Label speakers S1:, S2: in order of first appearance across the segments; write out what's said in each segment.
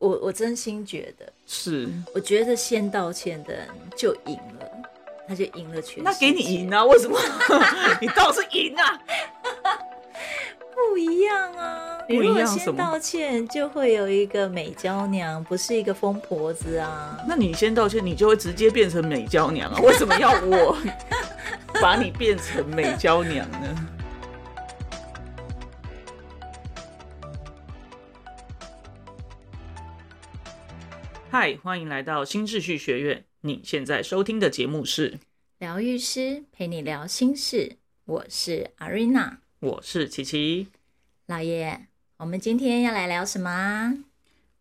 S1: 我我真心觉得，
S2: 是，
S1: 我觉得先道歉的人就赢了，他就赢了全。
S2: 那给你赢，啊？为什么？ 你倒是赢啊！
S1: 不一样啊！
S2: 不一样
S1: 如果
S2: 什
S1: 先
S2: 么
S1: 道歉，就会有一个美娇娘，不是一个疯婆子啊。
S2: 那你先道歉，你就会直接变成美娇娘啊？为什么要我 把你变成美娇娘呢？嗨，欢迎来到新秩序学院。你现在收听的节目是，
S1: 疗愈师陪你聊心事，我是 Arena
S2: 我是琪琪。
S1: 老爷。我们今天要来聊什么啊？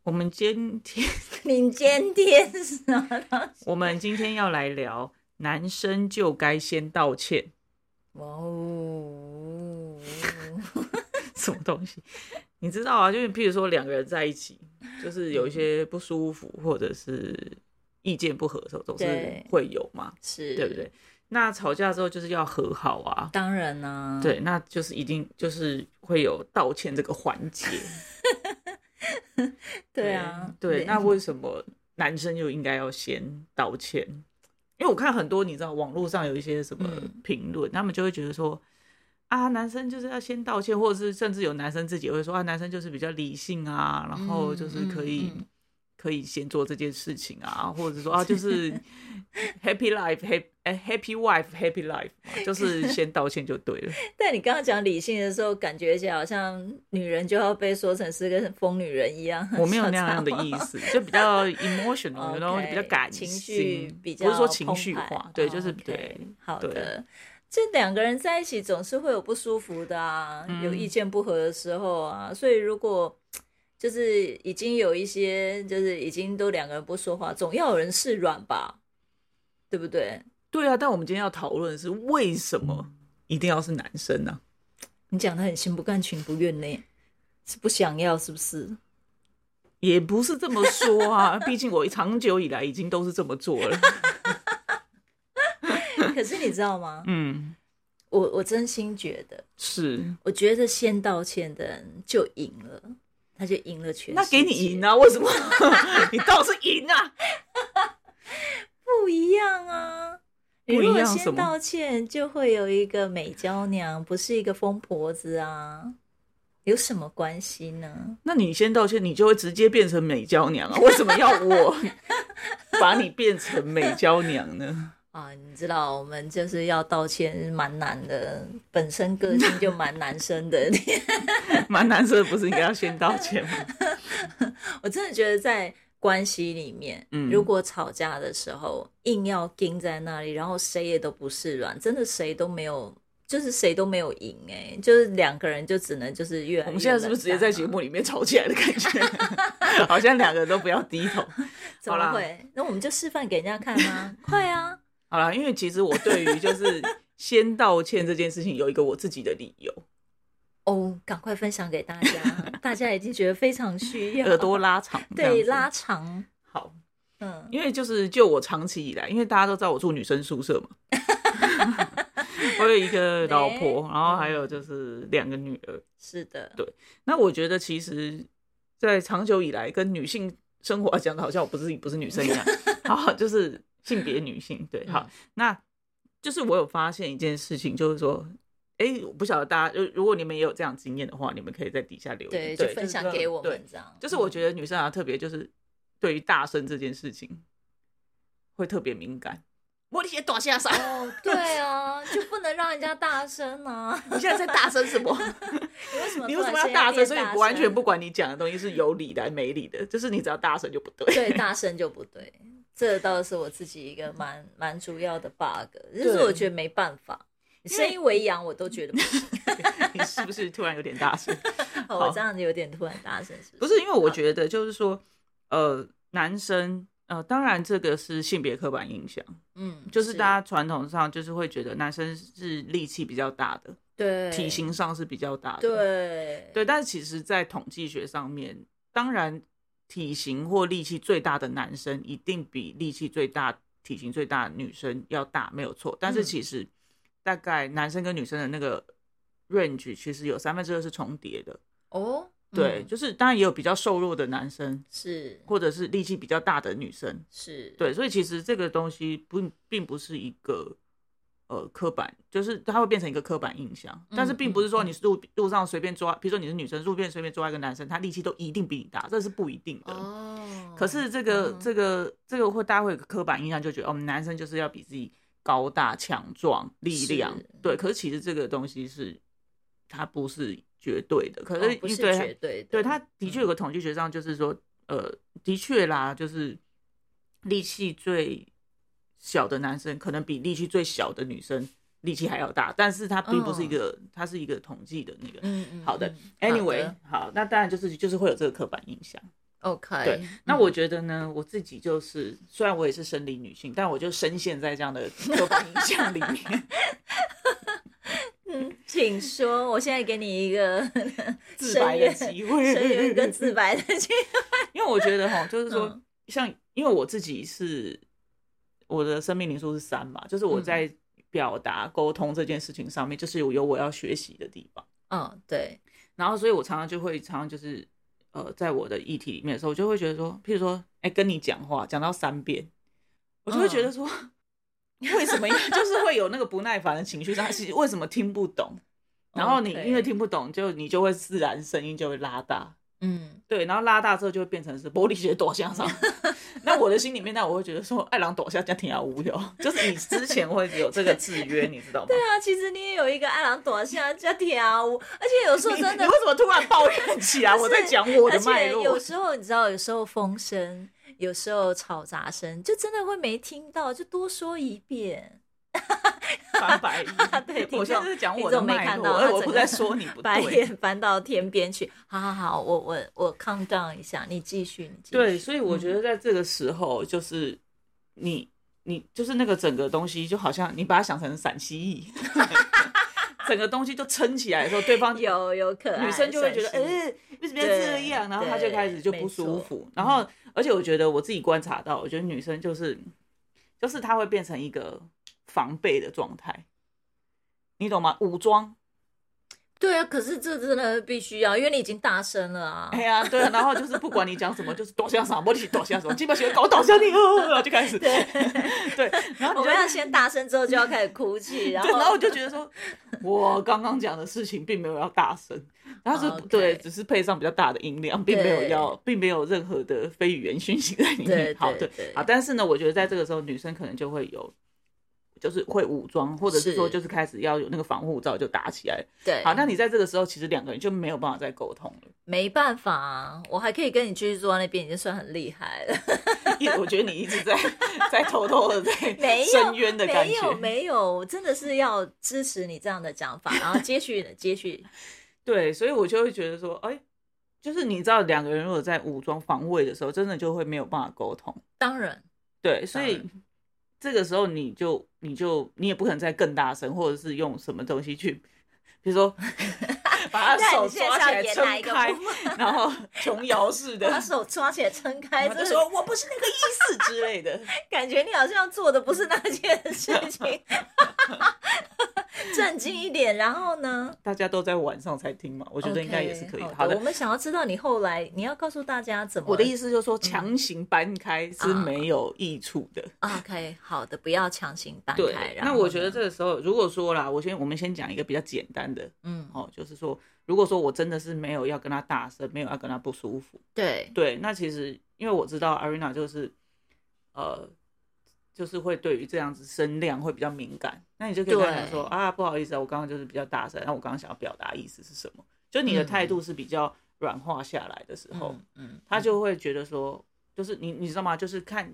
S2: 我们今天
S1: 你今天是什么东西？
S2: 我们今天要来聊，男生就该先道歉，
S1: 哇哦！
S2: 什么东西？你知道啊，就是譬如说两个人在一起，就是有一些不舒服或者是意见不合的时候，总是
S1: 对
S2: 会有嘛，
S1: 是，
S2: 对不？对？那吵架之后就是要和好啊，
S1: 当然啦、啊，
S2: 对，那就是一定就是会有道歉这个环节。
S1: 对啊，
S2: 对，那为什么男生就应该要先道歉？因为我看很多你知道网络上有一些什么
S1: 嗯
S2: 评论，他们就会觉得说啊，男生就是要先道歉，或者是甚至有男生自己也会说啊，男生就是比较理性啊，然后就是可以、
S1: 嗯嗯嗯嗯
S2: 可以先做这件事情啊，或者说啊，就是 happy life happy 哎 happy wife happy life，嘛就是先道歉就对了。
S1: 但你刚刚讲理性的时候，感觉起来好像女人就要被说成是个疯女人一样。
S2: 我没有那样的意思，就比较 emotional，
S1: OK，
S2: 然后比较感
S1: 情
S2: 性
S1: 绪比较
S2: 不是说情
S1: 澎
S2: 绪
S1: 湃
S2: 化，对，就是
S1: OK，
S2: 对。
S1: 好
S2: 对
S1: 的。这两个人在一起总是会有不舒服的啊，
S2: 嗯
S1: 有意见不合的时候啊，所以如果就是已经有一些，就是已经都两个人不说话，总要有人示软吧，对不对？
S2: 对啊，但我们今天要讨论的是为什么一定要是男生呢、
S1: 你讲的很心不甘情不愿呢，是不想要是不 是？
S2: 也不是这么说啊， 毕竟我长久以来已经都是这么做 了。
S1: 可是你知道吗？
S2: 嗯，
S1: 我我真心觉得，
S2: 是。
S1: 我觉得先道歉的人就赢了，他就赢了全世界。
S2: 那给你赢啊？为什么？ 你倒是赢啊！
S1: 不一样啊！ 你
S2: 不一
S1: 如果
S2: 样什
S1: 先
S2: 么
S1: 道歉，就会有一个美娇娘，不是一个疯婆子啊，有什么关系呢？
S2: 那你先道歉，你就会直接变成美娇娘啊？为什么要我 把你变成美娇娘呢？
S1: 啊，你知道我们就是要道歉蛮难的，本身个性就蛮男生的。
S2: 蛮男生的不是应该要先道歉吗？
S1: 我真的觉得在关系里面，
S2: 嗯
S1: 如果吵架的时候硬要盯在那里，然后谁也都不是软，真的谁都没有，就是谁都没有赢哎、就是两个人就只能就是越来越
S2: 我们现在是不是直接在节
S1: 冷淡啊？
S2: 目里面吵起来的感觉？ 好像两个人都不要低头。
S1: 怎
S2: 好
S1: 么
S2: 啦
S1: 会？那我们就示范给人家看啊， 快啊！
S2: 好啦，因为其实我对于就是先道歉这件事情有一个我自己的理由，
S1: 哦，赶快分享给大家，大家已经觉得非常 需要。
S2: 耳朵拉长。这
S1: 对
S2: 样子
S1: 拉长，
S2: 好，
S1: 嗯，
S2: 因为就是就我长期以来，因为大家都知道我住女生宿 舍嘛，我有一个老婆，然后还有就是两个女儿。
S1: 是的，
S2: 那我觉得其实，在长久以来跟女性生活 讲的好像我不是不是女生一样，好，就是性别女性
S1: 嗯
S2: 对，好，那就是我有发现一件事情，就是说。哎、我不晓得大家，如如果你们也有这样经验的话，你们可以在底下留
S1: 对，
S2: 言，
S1: 就分享给我
S2: 对
S1: 们，这样。嗯
S2: 就是我觉得女生啊，特别就是对于大声这件事情会特别敏感。我你先躲下 啥？
S1: 哦，对啊，就不能让人家大声啊！
S2: 你现在在大声什么？
S1: 你为什么 嗯
S2: 你
S1: 突
S2: 为什
S1: 然
S2: 么要
S1: 间
S2: 大声？
S1: 变
S2: 所以
S1: 大
S2: 完全
S1: 声
S2: 不管你讲的东西是有理的还是没理的，就是你只要大声就不对。
S1: 对，大声就不对。这倒是我自己一个蛮蛮主要的 bug，就是
S2: 对
S1: 我觉得没办法，
S2: 因为
S1: 声音为阳我都觉得不 行。
S2: 你是不是突然有点大声？
S1: 哦我这样子有点突然大声，是
S2: 不
S1: 是？
S2: 是，因为我觉得就是说，呃，男生，呃，当然这个是性别刻板印象，
S1: 嗯，
S2: 就是大家传统上就是会觉得男生是力气比较大的，
S1: 对
S2: 体，型上是比较大的，
S1: 对
S2: 对。但是其实，在统计学上面，当然体型或力气最大的男生一定比力气最大、体型最大的女生要大，没有错。但是
S1: 嗯
S2: 其实大概男生跟女生的那个 range 其实有三分之二是重叠的。
S1: 哦，
S2: 对，
S1: 嗯
S2: 就是当然也有比较瘦弱的男生，
S1: 是
S2: 或者是力气比较大的女生，
S1: 是，
S2: 对，所以其实这个东西不并不是一个呃刻板，就是它会变成一个刻板印象，但
S1: 嗯
S2: 是并不是说你路路上随便抓，比如说你是女生，路边随便抓一个男生，他力气都一定比你大，这是不一定的。
S1: 哦，
S2: 可是这个、
S1: 嗯
S2: 这个这个会大家会有个刻板印象，就觉得哦，男生就是要比自己高大、强壮、力量
S1: 是，
S2: 对。可是其实这个东西是它不是绝对的，可
S1: 哦
S2: 是
S1: 不是
S2: 对它
S1: 绝对的，
S2: 对，他的
S1: 嗯
S2: 确有个统计学上就是说，呃，的确啦，就是力气最小的男生可能比力气最小的女生力气还要大，但是它并不是一个，它是一个统计的那个。
S1: 嗯，嗯嗯，
S2: 好的
S1: 嗯
S2: ，anyway，
S1: 好的
S2: 好，那当然就是就是会有这个刻板印象。
S1: ，OK，
S2: 对，那
S1: 嗯
S2: 我觉得呢，我自己就是虽然我也是生理女性，但我就深陷在这样的刻板印象里面，
S1: 嗯 请说，我现在给你一个
S2: 自白的机会，
S1: 深渊跟自白的 机会，
S2: 因为我觉得哈，就是说
S1: 嗯，
S2: 像因为我自己是我的生命灵数是三嘛，就是我
S1: 嗯
S2: 在表达沟通这件事情上面，就是有有我要学习的地方。
S1: 嗯，对，
S2: 然后，所以我常常就会常常就是呃，在我的议题里面的时候，我就会觉得说，譬如说，哎、跟你讲话讲到三遍，我就会
S1: 嗯
S2: 觉得说， 为什么要就是会有那个不耐烦的情绪上，是为什么听不懂？然后你
S1: OK
S2: 因为听不懂，就你就会自然声音就会拉大。
S1: 嗯，
S2: 对，然后拉大之后就会变成是玻璃鞋躲 向上。那我的心里面，那我会觉得说，爱狼躲下家挺好无聊，就是你之前会有这个制约，你知道吗？
S1: 对啊，其实你也有一个爱狼躲下加条，而且有时候
S2: 你
S1: 真
S2: 你
S1: 的
S2: 为。什么突然抱怨起来？我在讲我
S1: 而
S2: 的脉
S1: 且
S2: 络
S1: 有。时候你知道，有时候风声，有时候吵杂声，就真的会没听到，就多说一遍。
S2: 翻白眼
S1: 对听众
S2: 我现在是讲我
S1: 听
S2: 的
S1: 众没
S2: 脉
S1: 看
S2: 络，
S1: 到
S2: 哎
S1: 他
S2: 我
S1: 整
S2: 不
S1: 个
S2: 在说你不
S1: 白
S2: 对。
S1: 眼 嗯翻到天边去。好好好，我我我 calm down 一下，你继续，你继续。
S2: 对，所以我觉得在这个时候，就是你你就是那个整个东西，就好像你把它想成陕西裔， 整个东西就撑起来的时候，对方
S1: 有有可爱，
S2: 女生就会觉得，哎、
S1: 算是
S2: 为什么要这样？然后她就开始就不舒服。然
S1: 嗯
S2: 后，而且我觉得我自己观察到，我觉得女生就是，就是她会变成一个防备的状态，你懂吗？武装，
S1: 对啊，可是这真的必须要，因为你已经大声了啊。
S2: 哎呀，对啊。然后就是不管你讲什么，就是 躲向什么，你躲向什么，基本喜搞我倒向你哦，然后就开始， 对然
S1: 我
S2: 后你就
S1: 们。要先大声，之后就要开始哭泣，然
S2: 对，然后我
S1: 后
S2: 就觉得说，我刚刚讲的事情并没有要大声，然后是
S1: OK
S2: 对，只是配上比较大的音量，并没有
S1: 对
S2: 要，并没有任何的非语言讯息在里
S1: 对
S2: 面。好，
S1: 对
S2: 对
S1: 对，
S2: 好，但是呢，我觉得在这个时候，女生可能就会有，就是会武装，或者是说
S1: 是
S2: 就是开始要有那个防护罩就打起来。
S1: 对，
S2: 好，那你在这个时候，其实两个人就没有办法再沟通了。
S1: 没办法啊，我还可以跟你继续坐在那边，已经算很厉害了。
S2: 一，我觉得你一直在 在偷偷的在
S1: 没有
S2: 深渊的感
S1: 没
S2: 觉，
S1: 有没有，我真的是要支持你这样的讲法，然后接续的接续，
S2: 对，所以我就会觉得说，哎、就是你知道，两个人如果在武装防卫的时候，真的就会没有办法沟通。
S1: 当然
S2: 对，所
S1: 当
S2: 以这个时候你就你就你也不可能再更大声，或者是用什么东西去，比 如说把他
S1: 那
S2: 手
S1: 你现在
S2: 抓
S1: 是
S2: 起
S1: 要演
S2: 来撑
S1: 哪一个
S2: 开
S1: 部，
S2: 然后琼瑶式的，
S1: 把手抓起来撑开，
S2: 然后
S1: 真
S2: 就
S1: 的
S2: 说我不是那个意思之类的。
S1: 哎感觉你好像做的不是那件事 情。正经一点，然后呢？
S2: 大家都在晚上才听嘛，我
S1: 我
S2: 觉得应该也是可以的。
S1: 好
S2: 好
S1: 的，
S2: 的
S1: 我，们想要知道你后来你要告诉大家怎么。
S2: 我的意思就是说，强行搬开是
S1: 嗯啊
S2: 没有益处的。
S1: OK，好的，不要强行搬
S2: 对
S1: 开。，然
S2: 那
S1: 后
S2: 我觉得
S1: 呢，
S2: 这个时候，如果说啦，我先我们先讲一个比较简单的
S1: 嗯，
S2: 哦，就是说，如果说我真的是没有要跟他大声，没有要跟他不舒服，
S1: 对，
S2: 对，那其实因为我知道 Arena 就是呃，就是会对于这样子声量会比较敏感，那你就可以跟他讲说
S1: 对
S2: 啊，不好意思啊，我刚刚就是比较大声，那我刚刚想要表达意思是什么？就你的态度是比较软化下来的时候，
S1: 嗯嗯，
S2: 他就会觉得说，就是你你知道吗？就是看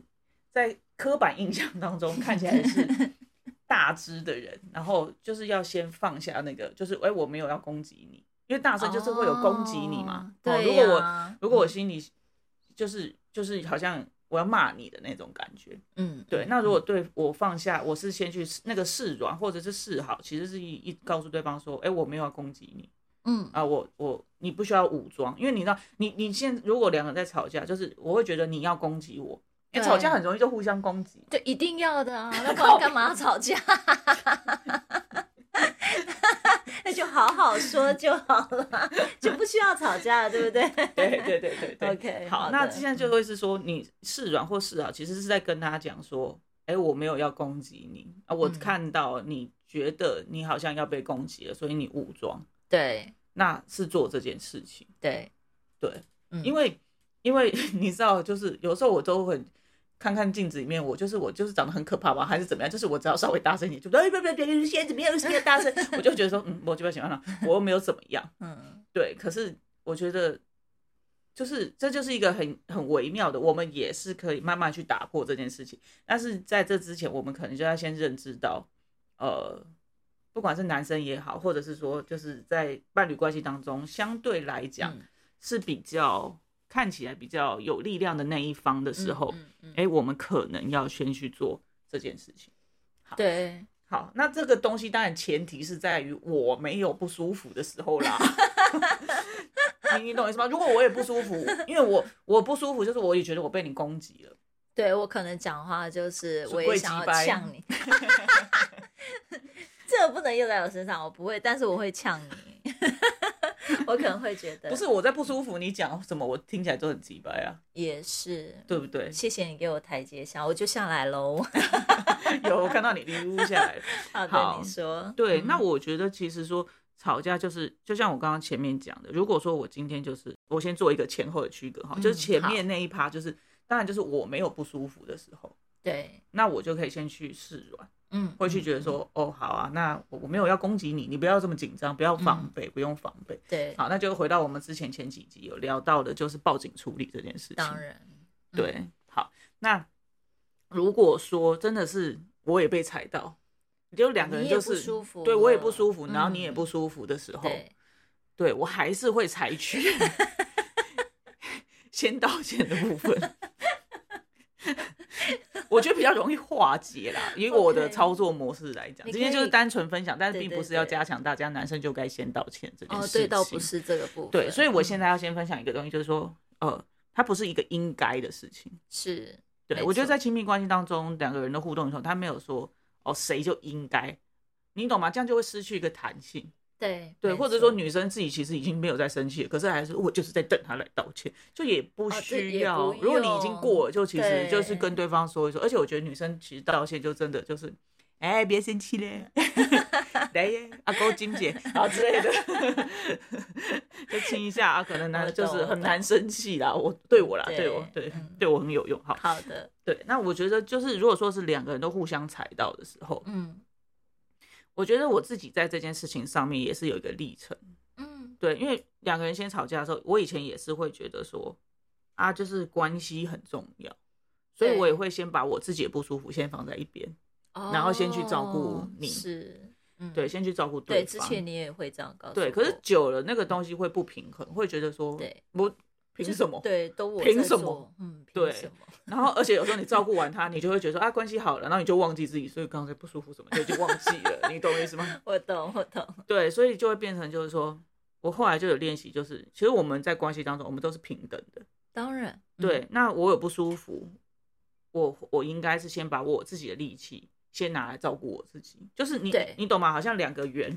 S2: 在刻板印象当中看起来是 大只的人，然后就是要先放下那个，就是哎、我没有要攻击你，因为大声就是会有攻击你
S1: 哦
S2: 嘛。哦
S1: 对
S2: 如果我
S1: 呀嗯
S2: 如果我心里就是就是好像我要骂你的那种感觉，
S1: 嗯，
S2: 对。
S1: 嗯
S2: 那如果对我放下，我是先去那个示软或者是示好，其实是一一告诉对方说，哎、我没有要攻击你。
S1: 嗯
S2: 啊，我我你不需要武装，因为你知道，你你现在如果两个人在吵架，就是我会觉得你要攻击我，因
S1: 对
S2: 为吵架很容易就互相攻击。
S1: 对，一定 要的啊，那不然干嘛要吵架？那就好好说就好了，就不需要吵架了，对不对？
S2: 对对对对对
S1: OK，
S2: 好，
S1: 好
S2: 那
S1: 的嗯
S2: 现在就会是说，你示软或示好，其实是在跟他讲说，哎、我没有要攻击你啊，我
S1: 嗯
S2: 看到你觉得你好像要被攻击了，所以你武装，
S1: 对
S2: 那是做这件事情。
S1: 对，
S2: 对，
S1: 嗯
S2: 因为因为 你知道，就是有时候我都会看看镜子里面，我就是我就是长得很可怕吧，还是怎么样？就是我只要稍微大声一点，就哎别别别，现在怎么样？现在大声， 我就觉得说，嗯，我就不喜欢了，我又没有怎么样。
S1: 嗯
S2: 对，可是我觉得，就是这就是一个很很微妙的，我们也是可以慢慢去打破这件事情。但是在这之前，我们可能就要先认知到，呃，不管是男生也好，或者是说就是在伴侣关系当中，相对来讲
S1: 嗯
S2: 是比较看起来比较有力量的那一方的时候，哎、
S1: 嗯嗯嗯
S2: 我们可能要先去做这件事情。
S1: 对，
S2: 好，那这个东西当然前提是在于我没有不舒服的时候啦。 你你懂我意思吗？如果我也不舒服，因为我我不舒服，就是我也觉得我被你攻击了。
S1: 对我可能讲话就是
S2: 是
S1: 我也
S2: 贵
S1: 想
S2: 鸡
S1: 要
S2: 掰
S1: 呛 你，这个不能用在我身上，我不会，但是我会呛 你，我可能会觉得
S2: 不是我在不舒服，你讲什么我听起来都很鸡掰啊，
S1: 也是，
S2: 对 不对？
S1: 谢谢你给我台阶下，我就下来 喽。
S2: 有我看到你溜下来了。
S1: 好的，
S2: 好
S1: 你说，
S2: 对，
S1: 嗯
S2: 那我觉得其实说吵架就是，就像我刚刚前面讲的，如果说我今天就是我先做一个前后的区隔哈，就是
S1: 嗯
S2: 前
S1: 好
S2: 面那一趴就是，当然就是我没有不舒服的时候，
S1: 对，
S2: 那我就可以先去示软。
S1: 嗯，
S2: 会去觉得
S1: 嗯，
S2: 说，哦，好啊，那我我没有要攻击你，你不要这么紧张，不要
S1: 嗯
S2: 防备，不用防备。
S1: 对，
S2: 好，那就回到我们之前前几集有聊到的，就是报警处理这件事情。
S1: 当，然，嗯
S2: 对，好，那如果说真的是我也被踩到，就两个人
S1: 你也
S2: 就
S1: 不
S2: 是
S1: 舒服
S2: 对我也不
S1: 了
S2: 舒服，然后
S1: 嗯
S2: 你也不舒服的时候，
S1: 对，
S2: 对我还是会采取 先道歉的部分。我觉得比较容易化解啦，以我的
S1: OK
S2: 操作模式来讲
S1: 你
S2: 今天
S1: 可
S2: 就是
S1: 以
S2: 单纯分享，但是
S1: 对
S2: 并
S1: 对
S2: 不是要
S1: 对
S2: 加强大家男生就该先道歉这件
S1: 哦
S2: 事，情。
S1: 对，倒不是这个部分，
S2: 对，所以我
S1: 嗯
S2: 现在要先分享一个东西，就是说，呃，它不是一个应该的事情。
S1: 是，
S2: 对
S1: 没
S2: 我觉得
S1: 错
S2: 在亲密关系当中，两个人的互动的时候，他没有说哦谁就应该，你懂吗？这样就会失去一个弹性。
S1: 对
S2: 对，
S1: 没
S2: 或者
S1: 错
S2: 说女生自己其实已经没有在生气了，可是还是我就是在等她来道歉，就也不
S1: 哦这也
S2: 需
S1: 不
S2: 要。如果你已经
S1: 用
S2: 过了，就其实就是
S1: 对
S2: 跟对方说一说。而且我觉得女生其实道歉就真的就是，哎，别生 气嘞，来耶，阿勾金姐啊之类的， 就亲一下啊，可能
S1: 我
S2: 男
S1: 懂
S2: 就是
S1: 我
S2: 很
S1: 懂
S2: 难生气啦。我对我啦，对我
S1: 对
S2: 对
S1: 嗯
S2: 对我很有用。好，
S1: 好的，
S2: 对，那我觉得就是如果说是两个人都互相踩到的时候，
S1: 嗯
S2: 我觉得我自己在这件事情上面也是有一个历程。
S1: 嗯，
S2: 对，因为两个人先吵架的时候，我以前也是会觉得说，啊，就是关系很重要，所以我也会先把我自己的不舒服先放在一边，然后先去照顾
S1: 哦
S2: 你
S1: 是，嗯
S2: 对，，先去照顾
S1: 对，之
S2: 方。
S1: 前你也会这样告诉我，
S2: 对，可是久了那个东西会不平衡，会觉得说，
S1: 对，
S2: 我
S1: 就
S2: 凭什么？
S1: 对，都我
S2: 凭
S1: 在
S2: 什
S1: 做
S2: 么？
S1: 嗯，凭
S2: 对
S1: 什么？
S2: 然后，而且有时候你照顾完他，你就会觉得说啊，关系好了，然后你就忘记自己，所以刚才不舒服什么，就已经忘记了，你懂我意思吗？
S1: 我懂，我懂，
S2: 对，所以就会变成就是说，我后来就有练习，就是其实我们在关系当中，我们都是平等的，
S1: 当然，嗯，
S2: 对，那我有不舒服，我我应该是先把我自己的力气先拿来照顾我自己，就是你
S1: 对
S2: 你懂吗？好像两个圆，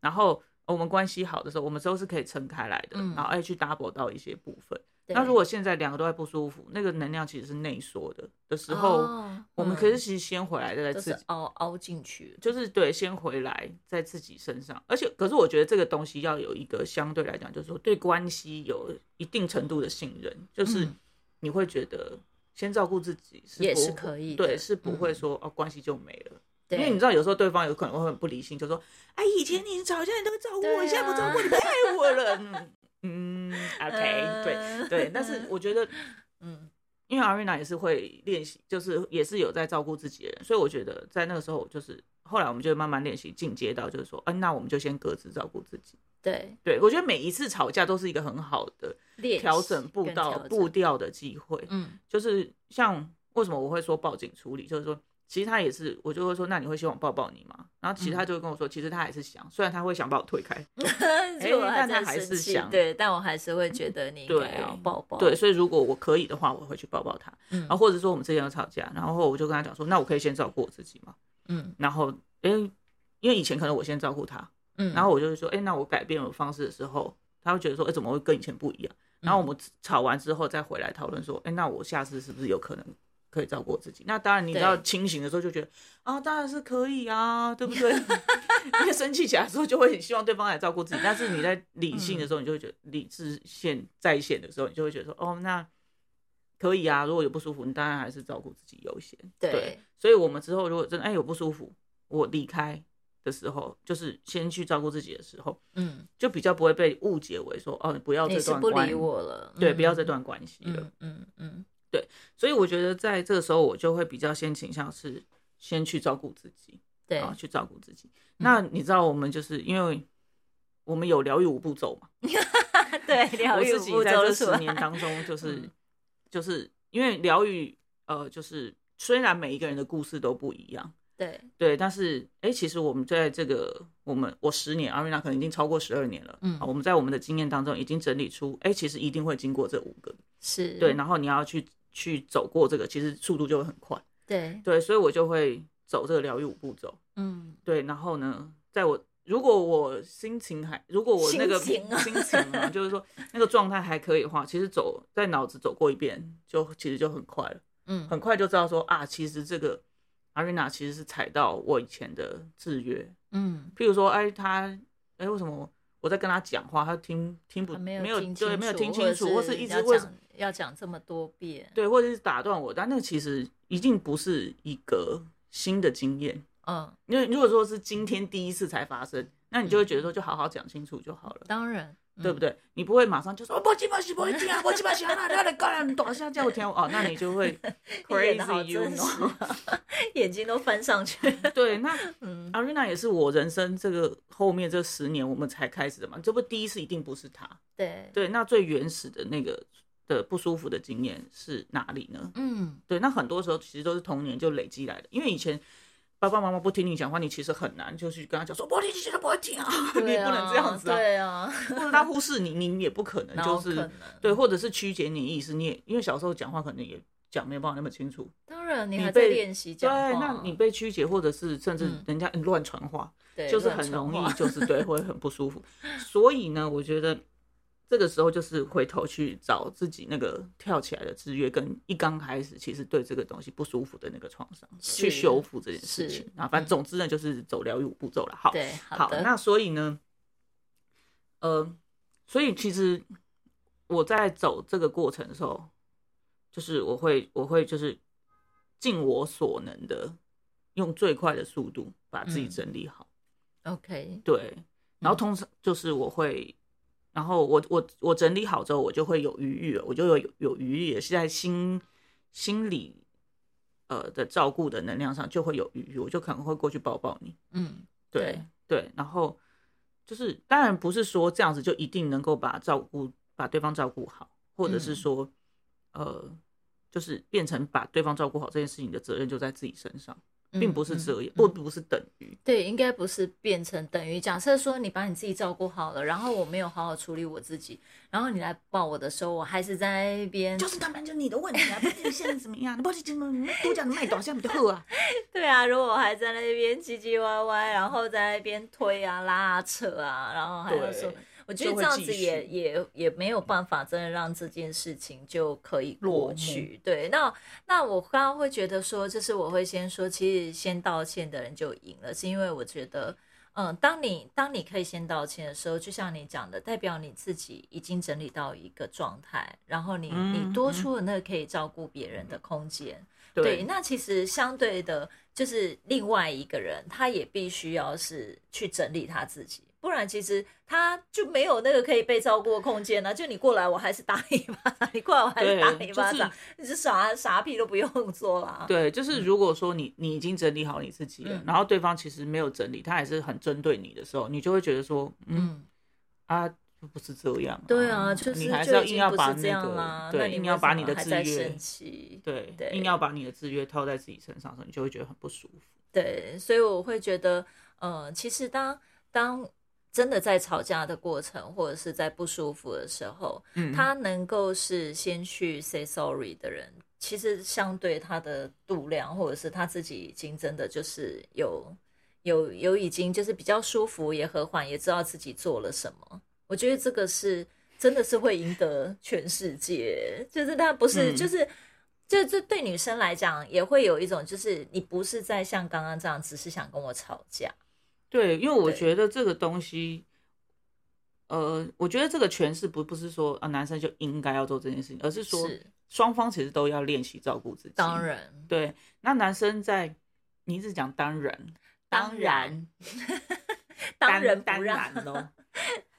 S2: 然后呃我们关系好的时候，我们都是可以撑开来的，
S1: 嗯
S2: 然后哎去 double 到一些部分。
S1: 对
S2: 那如果现在两个都在不舒服，那个能量其实是内缩的的时候，
S1: 哦
S2: 我们
S1: 嗯
S2: 可是其实先回来再来
S1: 都
S2: 自
S1: 是
S2: 己，
S1: 凹凹进去了，
S2: 就是对，先回来在自己身上。而且，可是我觉得这个东西要有一个相对来讲，就是说对关系有一定程度的信任，就是
S1: 嗯
S2: 你会觉得先照顾自己是
S1: 也
S2: 不
S1: 是可以的嗯
S2: 对，是不会说、哦关系就没了。因为
S1: 对
S2: 你知道，有时候对方有可能会很不理性，就说：“哎，以前你吵架你都会照顾我，
S1: 对啊
S2: 你现在不照顾你不爱 我了。嗯”嗯，OK，对
S1: 嗯
S2: 对。但是我觉得，
S1: 嗯，
S2: 因为阿瑞娜也是会练习，就是也是有在照顾自己的人，所以我觉得在那个时候，就是后来我们就慢慢练习进阶到，就是说，嗯、那我们就先各自照顾自己。
S1: 对，
S2: 对我觉得每一次吵架都是一个很好的
S1: 练习
S2: 调整步
S1: 跟
S2: 道
S1: 调
S2: 步
S1: 整，
S2: 调的机会。
S1: 嗯，
S2: 就是像为什么我会说报警处理，就是说其实他也是，我就会说，那你会希望我抱抱你吗？然后其实
S1: 嗯
S2: 他就会跟我说，其实他还是想，虽然他会想把我推开，
S1: 哦但是
S2: 哎
S1: 我还
S2: 但他
S1: 在
S2: 还
S1: 生
S2: 是
S1: 气
S2: 想
S1: 对，但我还是会觉得你应该
S2: 对
S1: 要抱抱，
S2: 对，所以如果我可以的话，我会去抱抱他。
S1: 嗯
S2: 然后或者说我们之前有吵架，然后我就跟他讲说，那我可以先照顾我自己吗？
S1: 嗯
S2: 然后因为因为以前可能我先照顾他，
S1: 嗯，
S2: 然后我就会说，哎、那我改变我方式的时候，他会觉得说，哎、怎么会跟以前不一样？然后
S1: 嗯
S2: 我们吵完之后再回来讨论说，哎、那我下次是不是有可能可以照顾我自己？那当然，你知道
S1: 对
S2: 清醒的时候就觉得啊，当然是可以啊，对不对？ 因为生气起来的时候就会很希望对方来照顾自己，但是你在理性的时候，你就会觉得理智线在线的时候，你就会觉得说，哦，那可以啊。如果有不舒服，你当然还是照顾自己优先。
S1: 对
S2: 所以我们之后如果真的哎有不舒服，我离开的时候，就是先去照顾自己的时候，
S1: 嗯，
S2: 就比较不会被误解为说，哦，你不要
S1: 你
S2: 这
S1: 是
S2: 段
S1: 不
S2: 关
S1: 理我了，
S2: 对，
S1: 嗯
S2: 不要这，段关系了。
S1: 嗯嗯嗯，
S2: 所以我觉得在这个时候，我就会比较先倾向是先去照顾自己。
S1: 对，嗯
S2: 啊，去照顾自己。那你知道我们就是因为我们有疗愈五步骤嘛？
S1: 对，疗
S2: 我
S1: 愈
S2: 自己
S1: 步
S2: 在
S1: 骤
S2: 这
S1: 出
S2: 十
S1: 来
S2: 年当 中，就是、
S1: 嗯
S2: 就是因为疗愈，呃，就是虽然每一个人的故事都不一样，
S1: 对，
S2: 对，但是哎、诶其实我们在这个我们我十年，阿瑞娜可能已经超过十二年了，
S1: 嗯
S2: 啊，我们在我们的经验当中已经整理出，哎、其实一定会经过这五个，
S1: 是，
S2: 对，然后你要去去走过这个，其实速度就会很快，
S1: 对，
S2: 对，所以我就会走这个疗愈五步骤。
S1: 嗯，
S2: 对，然后呢，在我如果我心情还，如果我那个
S1: 心情啊
S2: 心情啊， 就是说那个状态还可以的话，其实走在脑子走过一遍，就其实就很快了，
S1: 嗯，
S2: 很快就知道说啊，其实这个阿瑞娜其实是踩到我以前的制约，
S1: 嗯，
S2: 譬如说，哎，他，哎，为什么我在跟他讲话，他听听不
S1: 还
S2: 没
S1: 啊没有听
S2: 对
S1: 清
S2: 没有
S1: 楚
S2: 听
S1: 或
S2: 清
S1: 者
S2: 楚，或
S1: 是
S2: 一直
S1: 要
S2: 为什
S1: 讲要讲这么多遍，
S2: 对，或者是打断我，但那个其实一定不是一个新的经验。
S1: 嗯，
S2: 因为如果说是今天第一次才发生，那你就会觉得说就好好讲清楚就好了，
S1: 当然，
S2: 对
S1: 嗯
S2: 不？对？你不会马上就说哦不鸡巴西不一定啊，不鸡巴西啊，那你干你短下叫我听哦，那你 就会
S1: 演的好
S2: crazy you
S1: 真实
S2: know。
S1: 啊， 眼睛都翻上 去了。
S2: 对，那
S1: 嗯，
S2: 阿瑞娜也是我人生这个后面这十年我们才开始的嘛，这不第一次一定不是她。
S1: 对，
S2: 对，那最原始的那个的不舒服的经验是哪里呢？
S1: 嗯，
S2: 对，那很多时候其实都是童年就累积来的，因为以前爸爸妈妈不听你讲话，你其实很难就去跟他讲说，不，你其实不会听啊， 你
S1: 对
S2: 也不能这样子啊，
S1: 对啊，
S2: 或者他忽视你，你也不可能
S1: 哪有
S2: 就
S1: 可
S2: 是
S1: 能
S2: 对，或者是曲解你意思，你也因为小时候讲话可能也讲没有办法那么清楚，
S1: 当然你
S2: 你
S1: 还在
S2: 被
S1: 练习
S2: 对，
S1: 讲话，
S2: 那你被曲解，或者是甚至
S1: 嗯
S2: 人家乱传话，
S1: 对
S2: 就是
S1: 乱
S2: 很
S1: 传
S2: 容易
S1: 话
S2: 就是对会很不舒服，所以呢，我觉得。这个时候就是回头去找自己那个跳起来的制约，跟一刚开始其实对这个东西不舒服的那个创伤去
S1: 是
S2: 修复这件
S1: 是嗯
S2: 事情啊。反正总之呢，就是走疗愈五步骤了。好，
S1: 对，
S2: 好，
S1: 的，
S2: 那所以呢，呃，所以其实我在走这个过程的时候，就是我会我会就是尽我所能的，用最快的速度把自己
S1: 嗯
S2: 整理好。
S1: OK，
S2: 对，然后
S1: 嗯
S2: 通常就是我会，然后我我我整理好之后，我就会有余裕了，我就有有余裕，也是在心心理。呃的照顾的能量上就会有余裕，我就可能会过去抱抱你，
S1: 嗯，
S2: 对对，然后就是当然不是说这样子就一定能够把照顾把对方照顾好，或者是
S1: 嗯
S2: 说、呃，就是变成把对方照顾好这件事情的责任就在自己身上，并
S1: 嗯
S2: 不是这样，
S1: 嗯
S2: 不
S1: 嗯
S2: 不是等于
S1: 对，应该不是变成等于假设说你把你自己照顾好了，然后我没有好好处理我自己，然后你来抱我的时候，我还是在那边，
S2: 是他们就你的问题啊，不是现在怎么样，你不是怎么多讲卖导向比较好啊，
S1: 对啊，如果我还在那边唧唧歪歪，然后在那边推啊、拉啊、扯啊，然后还有说
S2: 对，，
S1: 我觉得
S2: 就会
S1: 这样
S2: 继
S1: 子也
S2: 续
S1: 也也没有办法真的让这件事情就可以
S2: 落
S1: 过
S2: 幕
S1: 去。对，那那我刚刚会觉得说，就是我会先说，其实先道歉的人就赢了，是因为我觉得，嗯，当你当你可以先道歉的时候，就像你讲的，代表你自己已经整理到一个状态，然后你你
S2: 嗯
S1: 多
S2: 嗯
S1: 出了那个可以照顾别人的空间。对，
S2: 对，
S1: 那其实相对的，就是另外一个人，他也必须要是去整理他自己，不然其实他就没有那个可以被照顾的空间啊了、就你过来，我还是打你一巴掌；你过来，我还是打你
S2: 对，
S1: 一
S2: 就
S1: 巴
S2: 是
S1: 掌。你是啥啥屁都不用做啊嗯啦。
S2: 对，就是如果说你你已经整理好你自己了，
S1: 嗯
S2: 然后对方其实没有整理，他还是很针对你的时候，你就会觉得说，嗯，
S1: 嗯，
S2: 啊，就不是这样、啊。
S1: 对啊，就是
S2: 你还是
S1: 就
S2: 要
S1: 已
S2: 硬
S1: 经
S2: 要
S1: 不
S2: 把
S1: 是这
S2: 那
S1: 样
S2: 个
S1: 啦。那
S2: 对，
S1: 你
S2: 硬
S1: 为
S2: 要把
S1: 什
S2: 你
S1: 么
S2: 的
S1: 还
S2: 制
S1: 在
S2: 约
S1: 生，气？
S2: 对，
S1: 对
S2: 硬要把你的制约套在自己身上的时候，你就会觉得很不舒服。
S1: 对，所以我会觉得，呃，其实当当真的在吵架的过程，或者是在不舒服的时候，
S2: 嗯
S1: 他能够是先去 say sorry 的人，其实相对他的度量，或者是他自己已经真的就是有有有已经就是比较舒服，也和缓，也知道自己做了什么。我觉得这个是真的是会赢得全世界，就是它不是、
S2: 嗯
S1: 就是。这这对女生来讲也会有一种，就是你不是在像刚刚这样，只是想跟我吵架。
S2: 对，因为我
S1: 对
S2: 觉得这个东西，呃，我觉得这个诠释不不是说啊男生就应该要做这件事情，而是说
S1: 是
S2: 双方其实都要练习照顾自己。
S1: 当，然，
S2: 对。那男生在你一直讲当然，
S1: 当然，当
S2: 当
S1: 然不
S2: 当
S1: 让，
S2: 然喽。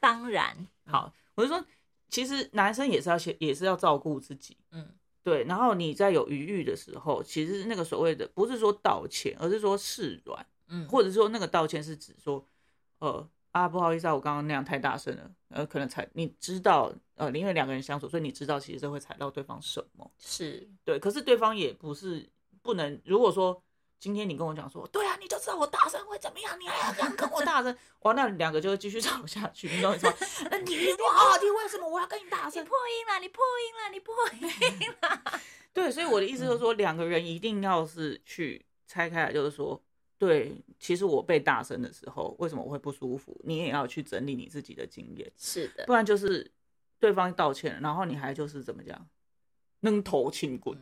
S1: 当然，
S2: 好，我就说，其实男生也是要先也是要照顾自己。
S1: 嗯，
S2: 对，然后你在有余裕的时候，其实那个所谓的不是说道歉，而是说示软，
S1: 嗯，
S2: 或者说那个道歉是指说，呃啊不好意思啊，我刚刚那样太大声了，呃可能踩你知道，呃因为两个人相处，所以你知道其实这会踩到对方什么，
S1: 是
S2: 对，可是对方也不是不能，如果说今天你跟我讲说，对啊，你就知道我大声会怎么样，你还要这样跟我大声， 哇，那两个就会继续吵下去，你懂我意思吗？那你不好好听，为什么我要跟你大
S1: 你
S2: 声？
S1: 破音了，你破音了，你破音了。
S2: 对，所以我的意思就是说，两个人一定要是去拆开来，就是说，对，其实我被大声的时候，为什么我会不舒服？你也要去整理你自己的经验，
S1: 是的
S2: 不，然 就是对方道歉了，然后你还就是怎么讲，扔头轻滚。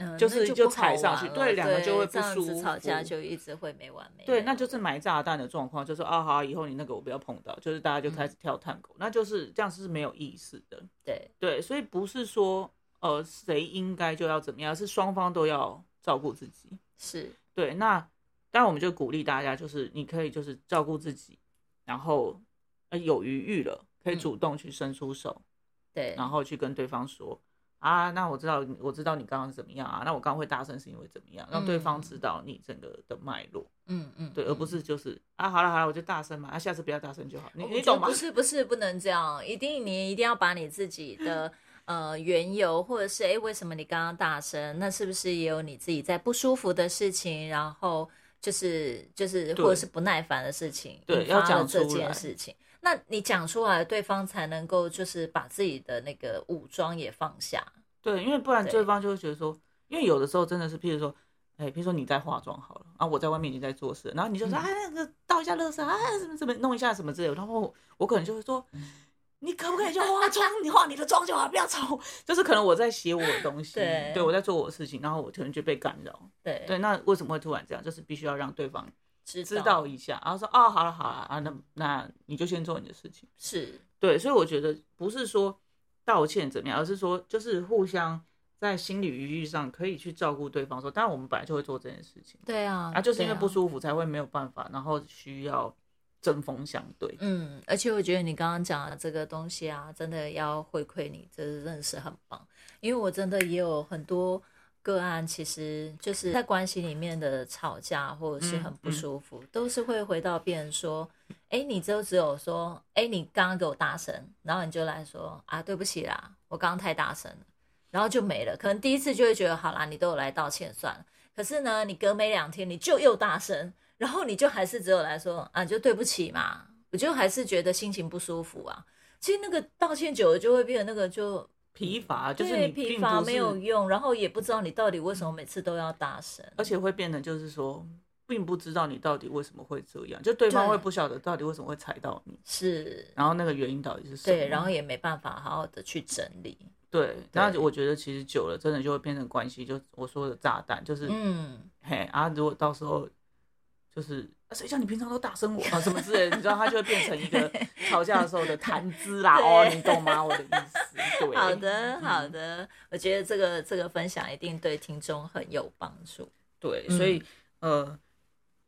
S1: 嗯，
S2: 就是
S1: 那
S2: 就
S1: 不好
S2: 踩上
S1: 玩
S2: 去
S1: 了
S2: 对
S1: 对，
S2: 两个就会不
S1: 这样
S2: 舒
S1: 子吵架
S2: 服
S1: 就一直会没完没了。
S2: 对，那就是埋炸弹的状况，就是啊好啊，以后你那个我不要碰到，就是大家就开
S1: 嗯
S2: 始跳探狗，那就是这样是没有意思的。
S1: 对，
S2: 对，所以不是说呃谁应该就要怎么样，是双方都要照顾自己。
S1: 是
S2: 对，那当然我们就鼓励大家，就是你可以就是照顾自己，然后呃有余裕了，可以
S1: 嗯
S2: 主动去伸出手，
S1: 对，
S2: 然后去跟对方说啊，那我知道我知道你刚刚是怎么样啊，那我刚刚会大声是因为怎么样，让对方
S1: 嗯
S2: 知道你整个的脉络。
S1: 嗯嗯，
S2: 对，而不
S1: 嗯。
S2: 是就是啊，好了好了，我就大声嘛，啊，下次不要大声就好，你
S1: 哦我
S2: 你
S1: 觉得
S2: 懂吗
S1: 不？是不是，不能这样，一定你一定要把你自己的呃缘由，或者是诶为什么你刚刚大声？那是不是也有你自己在不舒服的事情？然后就是就是
S2: 对
S1: 或者是不耐烦的事情，
S2: 对
S1: 引发
S2: 要讲
S1: 了这
S2: 出来
S1: 件事情。那你讲出来，对方才能够就是把自己的那个武装也放下。
S2: 对，因为不然
S1: 对
S2: 对方就会觉得说，因为有的时候真的是，譬如说，哎、譬如说你在化妆好了，啊，我在外面已经在做事了，然后你就说、
S1: 嗯
S2: 啊，那个倒一下垃圾啊，什么什么弄一下什么之类的，然后我我可能就会说，你可不可以就化妆，你化你的妆就好，不要吵我。就是可能我在写我的东西，
S1: 对
S2: 我在做我的事情，然后我可能就被干扰。
S1: 对
S2: 对，那为什么会突然这样？就是必须要让对方
S1: 知
S2: 知道一下，然后说，哦，好了好了啊，那那你就先做你的事情。
S1: 是
S2: 对，所以我觉得不是说道歉怎么样，而是说就是互相在心理余裕上可以去照顾对方说当然我们本来就会做这件事情
S1: 对啊，
S2: 啊，就是因为
S1: 对啊
S2: 不舒服才会没有办法，然后需要针锋相对。
S1: 嗯，而且我觉得你刚刚讲的这个东西啊，真的要回馈你，这真的是很棒。因为我真的也有很多个案，其实就是在关系里面的吵架或者是很不舒服，都是会回到别人说：“哎、你就只有说，哎、你刚刚给我大声，然后你就来说啊，对不起啦，我刚刚太大声了。”然后就没了。可能第一次就会觉得好啦，你都有来道歉算了。可是呢，你隔没两天你就又大声，然后你就还是只有来说啊，就对不起嘛，我就还是觉得心情不舒服啊。其实那个道歉久了就会变得那个就
S2: 疲乏就是
S1: 对
S2: 你
S1: 疲
S2: 并
S1: 乏
S2: 不
S1: 没有
S2: 是，
S1: 用，然后也不知道你到底为什么每次都要大声。
S2: 而且会变得就是说，并不知道你到底为什么会这样，就对方
S1: 对
S2: 会不晓得到底为什么会踩到你，
S1: 是，
S2: 然后那个原因到底是什么。
S1: 对，然后也没办法好好的去整理。
S2: 对，那
S1: 对
S2: 我觉得其实久了真的就会变成关系，就我说的炸弹，就是
S1: 嗯，
S2: 嘿啊，如果到时候就是啊谁叫你平常都大声我啊什么之类的，你知道他就会变成一 个吵架的时候的谈资啦，
S1: 对
S2: 哦，你懂吗？我的意思，对，
S1: 好的，好
S2: 嗯
S1: 的，我觉得这个这个分享一定对听众很有帮助。
S2: 对，
S1: 嗯
S2: 所以、呃，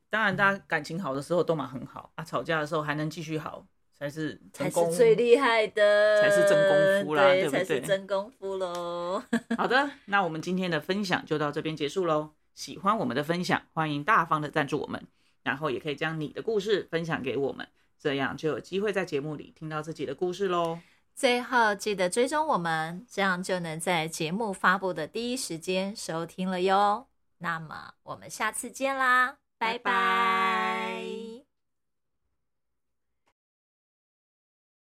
S2: 当然大家感情好的时候都蛮很好啊，吵架的时候还能继续好才是
S1: 才
S2: 成功
S1: 是最厉害的，
S2: 才是真功夫啦
S1: 对，
S2: 对不
S1: 才是
S2: 对
S1: 真功夫喽。
S2: 好的，那我们今天的分享就到这边结束喽。喜欢我们的分享，欢迎大方的赞助我们，然后也可以将你的故事分享给我们，这样就有机会在节目里听到自己的故事喽。
S1: 最后记得追踪我们，这样就能在节目发布的第一时间收听了哟。那么我们下次见啦，拜
S2: 拜拜
S1: 拜